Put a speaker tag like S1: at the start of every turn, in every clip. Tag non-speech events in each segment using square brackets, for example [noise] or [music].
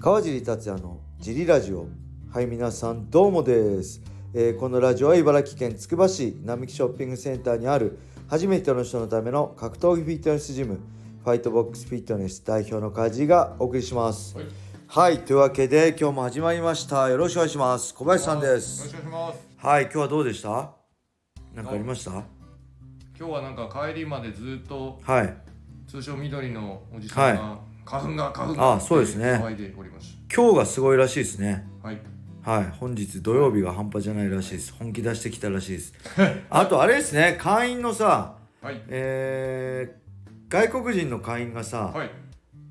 S1: 川尻達也のジリラジオはい皆さんどうもです、えーこのラジオは茨城県つくば市並木ショッピングセンターにある初めての人のための格闘技フィットネスジムファイトボックスフィットネス代表の梶がお送りします
S2: はい
S1: はいというわけで今日も始まりましたよろしくお願いします小林さんです
S2: よろしくお願いします
S1: はい今日はどうでしたなんかありました
S2: 今日はなんか帰りまでずっと
S1: はい
S2: 通称緑のおじさんが、花粉が花粉
S1: あ
S2: が
S1: あそうですね
S2: 騒いでおりまし
S1: 今日がすごいらしいですね
S2: たはい
S1: はい、本日土曜日が半端じゃないらしいです。本気出してきたらしいです。 [laughs] あとあれですね、会員のさ、
S2: はい
S1: えー外国人の会員がさ、
S2: はい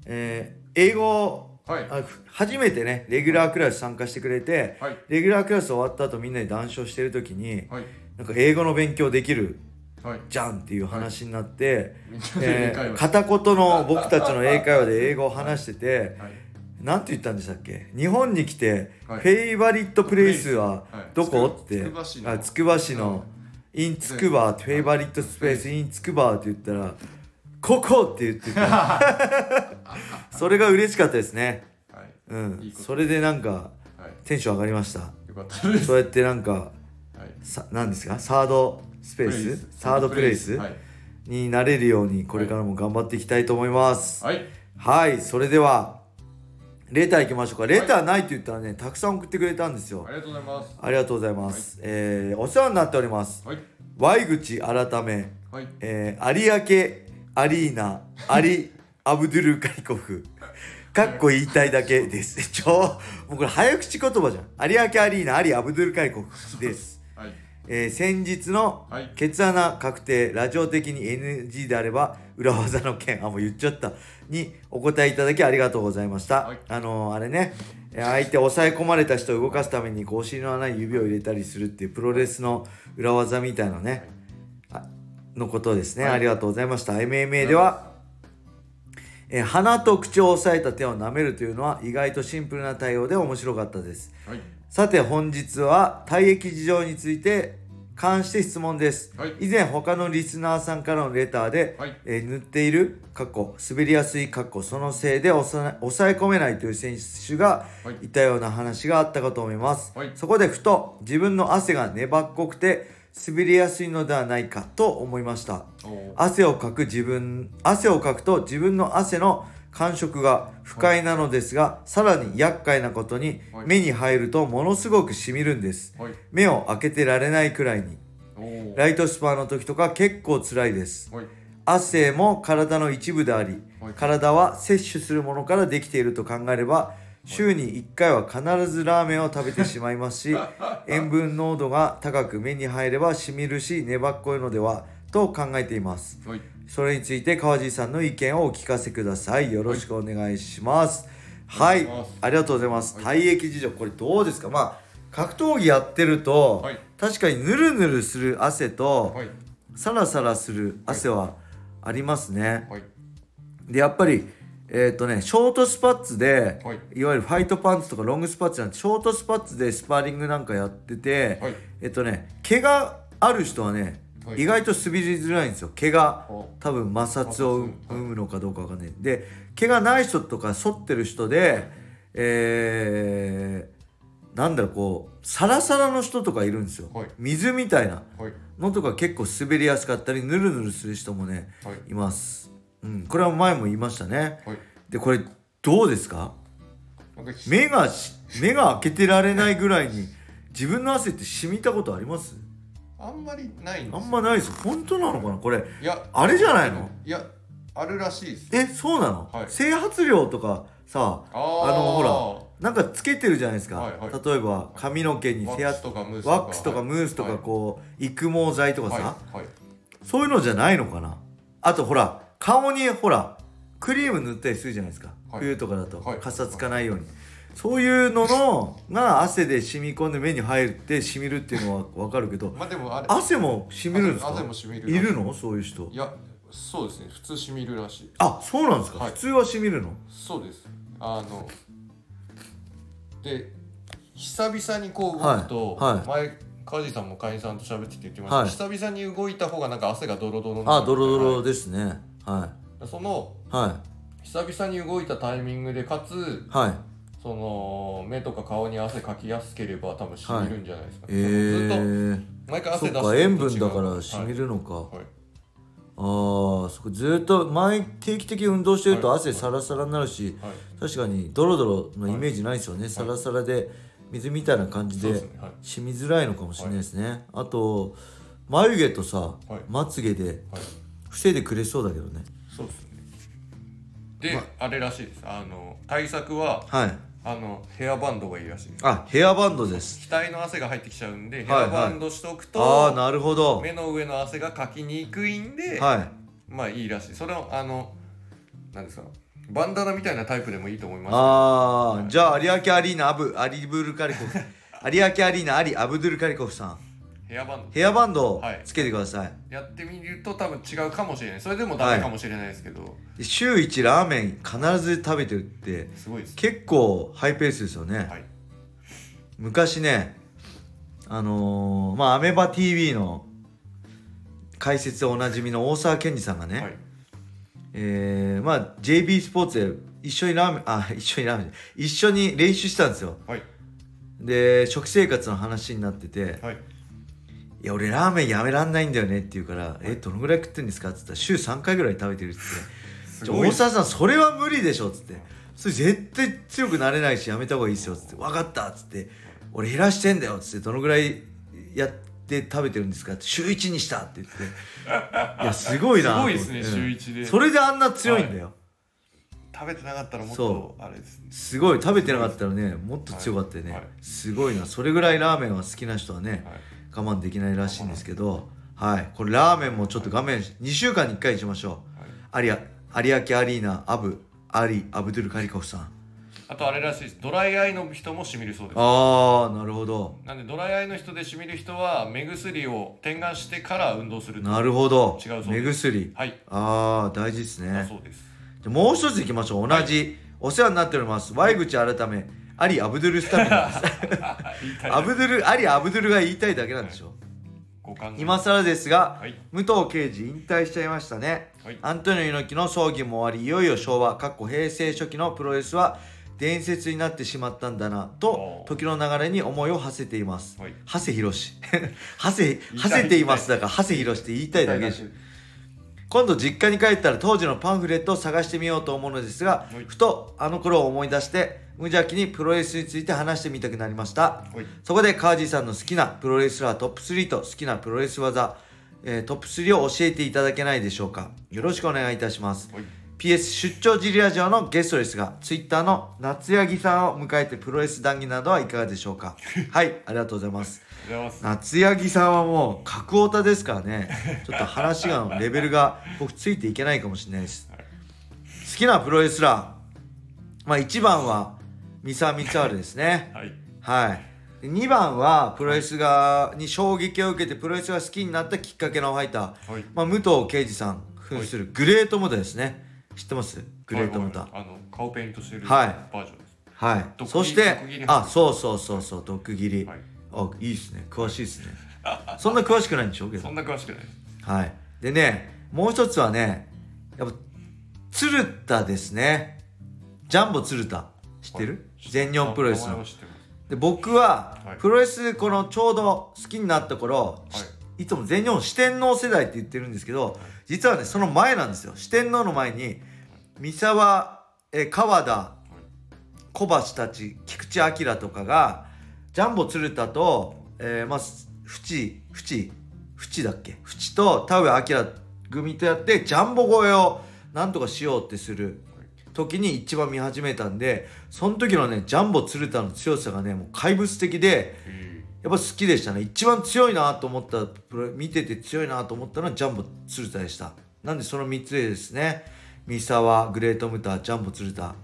S1: えー英語
S2: はい
S1: あふ初めてね、レギュラークラス参加してくれて、
S2: はい
S1: レギュラークラス終わった後みんなで談笑してる時に、
S2: はい
S1: なんか英語の勉強できる
S2: はい
S1: じゃんっていう話になって、
S2: みんなで
S1: え
S2: 英会
S1: ー
S2: 話
S1: 片言の僕たちの英会話で英語を話してて、
S2: はい
S1: なんて言ったんでしたっけ日本に来て、
S2: はい
S1: フェイバリットプレイスは
S2: はい
S1: どこ、
S2: つく
S1: って
S2: つくば市の
S1: あつくば市の、インつくばフェイバリットスペースインつくばって言ったら「ここ!」って言って
S2: [laughs]
S1: たそれが嬉しかったですね
S2: はい
S1: うん
S2: いいこと
S1: それでなんか
S2: はい
S1: テンション上がりました
S2: よかったです
S1: そうやってなんか
S2: はい
S1: さなんですかサードスペー
S2: プレイ
S1: スサードプレイス
S2: はい
S1: になれるようにこれからも頑張っていきたいと思います
S2: はい
S1: はい、それではレター行きましょうか。レターないって言ったらね、たくさん送ってくれたんですよ
S2: あ。りがとうございます
S1: ありがとうございます。えーお世話になっております。
S2: はい
S1: Y 口改め、
S2: はい
S1: えー有明アリーナ、アリ・アブドゥルカリコフ。かっこ言いたいだけです。 [laughs] ちょ、もうこれ早口言葉じゃん。有明アリーナ、アリ・アブドゥルカリコフです。
S2: はい
S1: えー先日の
S2: はい
S1: ケツ穴確定、ラジオ的に NG であれば裏技の件あもう言っちゃったにお答えいただきありがとうございました、
S2: はい
S1: あのーあれねえー相手抑え込まれた人を動かすためにこうお尻の穴に指を入れたりするっていうプロレスの裏技みたいなね、あのことですね、
S2: はい
S1: ありがとうございました MMA ではえー鼻と口を押さえた手を舐めるというのは意外とシンプルな対応で面白かったです
S2: はい
S1: さて本日は体液事情について関して質問です、
S2: はい
S1: 以前他のリスナーさんからのレターで、
S2: はい
S1: えー塗っている過去滑りやすい過去そのせいで抑え抑え込めないという選手が
S2: は
S1: い
S2: い
S1: たような話があったかと思います、
S2: はい
S1: そこでふと自分の汗が粘っこくて滑りやすいのではないかと思いました
S2: おー
S1: 汗をかく自分汗をかくと自分の汗の感触が不快なのですが、さらに厄介なことに
S2: はい
S1: 目に入るとものすごくしみるんです
S2: はい
S1: 目を開けてられないくらいに
S2: おー
S1: ライトスパーの時とか結構辛いです
S2: はい
S1: 汗も体の一部であり
S2: はい
S1: 体は摂取するものからできていると考えれば週に1回は必ずラーメンを食べてしまいます
S2: [laughs]
S1: し塩分濃度が高く目に入ればしみるし粘っこいのではと考えています
S2: はい
S1: それについて川地さんの意見をお聞かせくださいよろしくお願いしますはい、
S2: お願いします
S1: ありがとうございます、
S2: はい
S1: 体液事情これどうですかまあ格闘技やってると、
S2: はい
S1: 確かにぬるぬるする汗と、
S2: はい
S1: サラサラする汗はありますね、
S2: はい
S1: でやっぱりえっ、とねショートスパッツで、
S2: はい
S1: いわゆるファイトパンツとかロングスパッツなんてショートスパッツでスパーリングなんかやってて、
S2: はい
S1: えっとね毛がある人はね、
S2: はい
S1: 意外と滑りづらいんですよ毛が
S2: お
S1: 多分摩擦を生
S2: はい
S1: むのかどうかわかんないで毛がない人とか反ってる人でえー、なんだろうこうサラサラの人とかいるんですよ、
S2: はい
S1: 水みたいな
S2: はい
S1: のとか結構滑りやすかったりぬるぬるする人もね
S2: はい
S1: います、うん、これは前も言いましたね
S2: はい
S1: でこれどうですか
S2: なんかひ
S1: 目がし目が開けてられないぐらいに自分の汗って染みたことあります
S2: あんまりないんです
S1: あ
S2: よ
S1: んまないです本当なのかなこれ
S2: いや
S1: あれじゃないの
S2: いやあるらしいです
S1: えそうなの、
S2: はい
S1: 整髪料とかさ
S2: あ
S1: あのほ
S2: ら
S1: なんかつけてるじゃないですか、
S2: はいはい
S1: 例えば髪の毛に
S2: ワ
S1: 整
S2: ック
S1: 髪
S2: スとかムースとか
S1: ワックスとかムースとかこう育毛剤とかさ、
S2: はいはい
S1: そういうのじゃないのかなあとほら顔にほらクリーム塗ったりするじゃないですか、
S2: はい
S1: 冬とかだと
S2: はい
S1: かさつかないように、そういうののが汗で染み込んで目に入って染みるっていうのは分かるけど
S2: まあでもあれ
S1: 汗も染みるんですか
S2: 汗も染みる
S1: いるのそういう人
S2: いやそうですね普通染みるらしい
S1: あそうなんですか、
S2: はい
S1: 普通は染みるの
S2: そうですあので久々にこう
S1: はい
S2: 動くと、
S1: はい
S2: 前梶さんも会員さんと喋ってて言ってました、
S1: はい
S2: 久々に動いた方がなんか汗がドロドロになる
S1: あドロドロ
S2: は
S1: ですねはい
S2: その
S1: はい
S2: 久々に動いたタイミングでかつ
S1: はい
S2: その目とか顔に汗かきやすければ多分染みるんじゃないですか、
S1: え
S2: ねそのずっ
S1: ー、
S2: と毎回
S1: そ
S2: 汗
S1: っ
S2: 出す
S1: か
S2: のと違う
S1: 塩分だから染みるのか、
S2: はい、はい
S1: あーそこずっと毎定期的に運動してると
S2: はい
S1: 汗サラサラになるし、
S2: はい
S1: 確かにドロドロのイメージないですよね、サラサラで水みたいな感じ
S2: そうで
S1: です
S2: ねはい
S1: 染みづらいのかもしれないですね、あと眉毛とさ、
S2: はい
S1: まつげで
S2: はい
S1: 防いでくれそうだけどね
S2: そうですねで、あれらしいですあの対策は
S1: はい
S2: あのヘアバンドがいいらしいです
S1: あヘアバンドです
S2: 額の汗が入ってきちゃうんで、
S1: はいはい
S2: ヘアバンドしておくと
S1: ああなるほど
S2: 目の上の汗がかきにくいんで、
S1: はい
S2: まあいいらしいそれをあのなんですかバンダナみたいなタイプでもいいと思います
S1: ああじゃあ有明アリーナアブアリブルカリコ
S2: [laughs]
S1: フ有明アリーナアリアブドゥルカリコフさん
S2: ヘアバンド
S1: ヘアバンドを
S2: はい
S1: つけてください、
S2: やってみると多分違うかもしれないそれでもダメかもしれないですけど、
S1: 週1ラーメン必ず食べてるって
S2: すごいです
S1: 結構ハイペースですよね、
S2: はい
S1: 昔ねあのーまあアメバ TV の解説でおなじみの大沢健二さんがね、
S2: はい
S1: えーまあ JB スポーツで一緒にラーメンあ一緒にラーメン一緒に練習したんですよ
S2: はい
S1: で食生活の話になってて
S2: はい
S1: 「いや俺ラーメンやめらんないんだよね」って言うから「えどのぐらい食ってんですか?」っつったら「週3回ぐらい食べてる」っつって。
S2: す
S1: じゃあ
S2: ごい
S1: 大
S2: です
S1: 沢さんそれは無理でしょっつってそれ絶対強くなれないしやめた方がいいですよっつって分かったっつって俺減らしてんだよっつってどのぐらいやって食べてるんですかって週1にしたって言っていやすごいなと思って
S2: すごいですね週一で
S1: それであんな強いんだよ、
S2: 食べてなかったらもっ
S1: そ
S2: とあれですね
S1: すごい食べてなかったらねもっと強かったよね、
S2: はいはい
S1: すごいなそれぐらいラーメンは好きな人はね
S2: はい
S1: 我慢できないらしいんですけどはいこれラーメンもちょっと画面2週間に1回にしましょう、
S2: はい
S1: 有明有明アリーナアブアリアブドゥルカリコフさん
S2: あとあれらしいですドライアイの人もしみるそうです
S1: ああなるほど
S2: なんでドライアイの人でしみる人は目薬を点眼してから運動すると
S1: なるほど
S2: 違うぞ
S1: 目薬
S2: はい
S1: ああ大事です
S2: だ
S1: ね
S2: そうです
S1: じゃあもう一ついきましょう同じ、お世話になっております Y 口改めアリ・アブドゥルスタミ
S2: [laughs]
S1: ナです
S2: 言いたい
S1: アブドゥルアリ・アブドゥルが言いたいだけなんでしょう、
S2: ご考え
S1: 今更ですが、
S2: はい
S1: 武藤刑事引退しちゃいましたね、
S2: はい
S1: アントニオ猪木の葬儀も終わりいよいよ昭和かっこ平成初期のプロレスは伝説になってしまったんだなと
S2: おー
S1: 時の流れに思いを馳せています、
S2: はい
S1: 馳せ広 [laughs] し馳せ
S2: い
S1: 馳せていますだから馳せ広しって言いたいだけでしょ今度実家に帰ったら当時のパンフレットを探してみようと思うのですが、
S2: はい
S1: ふとあの頃を思い出して無邪気にプロレスについて話してみたくなりました、
S2: はい
S1: そこで川地さんの好きなプロレスラートップ3と好きなプロレス技、えートップ3を教えていただけないでしょうかよろしくお願いいたします
S2: はい
S1: PS 出張ジリラジオのゲストですが Twitter の夏ヤギさんを迎えてプロレス談義などはいかがでしょうかはいありがとうございます
S2: ありがとうございます
S1: 夏ヤギさんはもう格オタですからね
S2: [laughs]
S1: ちょっと話がレベルが僕ついていけないかもしれないです
S2: はい
S1: 好きなプロレスラーまあ1番は三沢光晴ですね
S2: はい
S1: はい、2番はプロレスがに衝撃を受けてプロレスが好きになったきっかけのファイター、
S2: はい
S1: まあ、武藤敬司さん扮するグレートモダですね知ってますグレートモダ
S2: はいはいあの顔ペイントしてる
S1: は
S2: バ
S1: い
S2: ージョンです、
S1: はい
S2: 毒斬り
S1: そして
S2: 毒斬り
S1: あそうそうそうそう毒斬り、
S2: はい
S1: あいいですね詳しい
S2: [laughs]
S1: ですねそんな詳しくないんでしょうけど
S2: そんな詳しくない
S1: はいでねもう一つはねやっぱ鶴田ですねジャンボ鶴田知ってる、全日本プロレス
S2: あ名
S1: の
S2: 前は知ってます
S1: で僕は
S2: はい
S1: プロレスこのちょうど好きになった頃、、
S2: はい
S1: つも全日本四天王世代って言ってるんですけど、実はねその前なんですよ四天王の前に三沢え川田小橋たち菊池晃とかがジャンボ鶴田と、えーまあ淵淵淵だっけ淵と田上晃組とやってジャンボ越えをなんとかしようってする時に一番見始めたんでその時のねジャンボ鶴田の強さがねもう怪物的で
S2: え
S1: やっぱ好きでしたね一番強いなと思ったプロ見てて強いなと思ったのはジャンボ鶴田でしたなんでその3つでですね三沢グレートムタジャンボ鶴田
S2: ーはい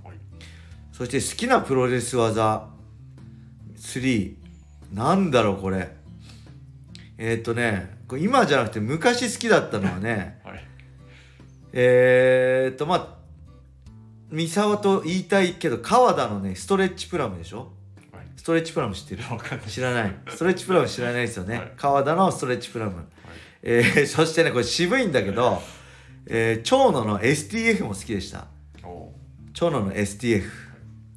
S1: そして好きなプロレス技3なんだろうこれえーっ、とねこれ今じゃなくて昔好きだったのはね [laughs]
S2: はい
S1: えーっとまあ三沢と言いたいけど川田のねストレッチプラムでしょ
S2: はい
S1: ストレッチプラム知ってる
S2: 分かんない
S1: 知らないストレッチプラム知らないですよね、
S2: はい
S1: 川田のストレッチプラム、えーそしてねこれ渋いんだけど、えー長野の STF も好きでした
S2: お
S1: 長野の STF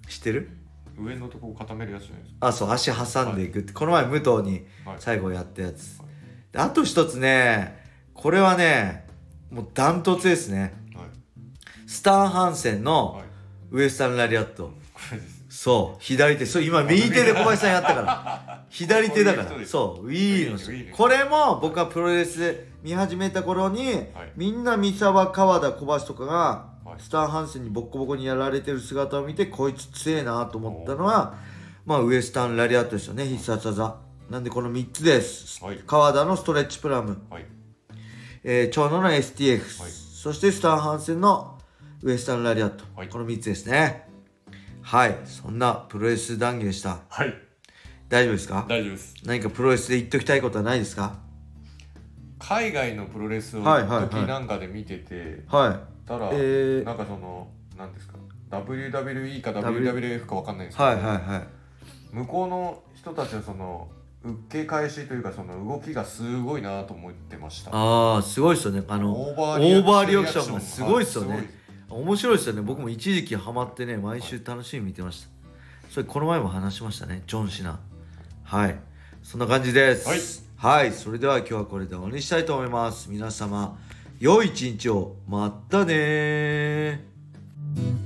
S1: 知ってる
S2: 上のとこを固めるやつじゃないです
S1: あそう足挟んでいくって、この前武藤に
S2: か、はい、
S1: 最後やったやつ
S2: はい
S1: であと一つねこれはねもうダントツですね
S2: はい
S1: スタン・ハンセンの
S2: はい
S1: ウエスタン・ラリアット
S2: これです
S1: そう左手そう今右手で小林さんやったから
S2: [laughs]
S1: 左手だか
S2: こうい
S1: ら
S2: う人です
S1: そうウィーの
S2: ウィーの
S1: 人これも僕はプロレス見始めた頃に、みんな三沢川田小橋とかが
S2: はい
S1: スターハンセンにボッコボコにやられてる姿を見てこいつ強えなと思ったのはまあウエスタンラリアットですよね必殺技なんでこの3つです、
S2: はい
S1: 川田のストレッチプラム、
S2: はい
S1: えー、長野の STX、
S2: はい
S1: そしてスターハンセンのウエスタンラリアット、
S2: はい
S1: この3つですねはいそんなプロレス談義でした
S2: はい
S1: 大丈夫ですか
S2: 大丈夫です
S1: 何かプロレスで言っときたいことはないですか
S2: 海外のプロレスを
S1: はいはいはい
S2: 時なんかで見てて
S1: はい
S2: たら、
S1: えー
S2: なんかそのなんですか WWE か
S1: W
S2: WWF かわかんないですけど、
S1: はいはいはい
S2: 向こうの人たちのその受け返しというかその動きがすごいなと思ってました
S1: ああすごいですよねあの
S2: オーバー
S1: オ
S2: リアクション
S1: ーバーリアクションがすごいですよ
S2: は
S1: ね面白いですよね僕も一時期ハマってね毎週楽しみに見てましたそれこの前も話しましたねジョン・シナはいそんな感じですはい、それでは今日はこれで終わりにしたいと思います皆様良い一日をまたねー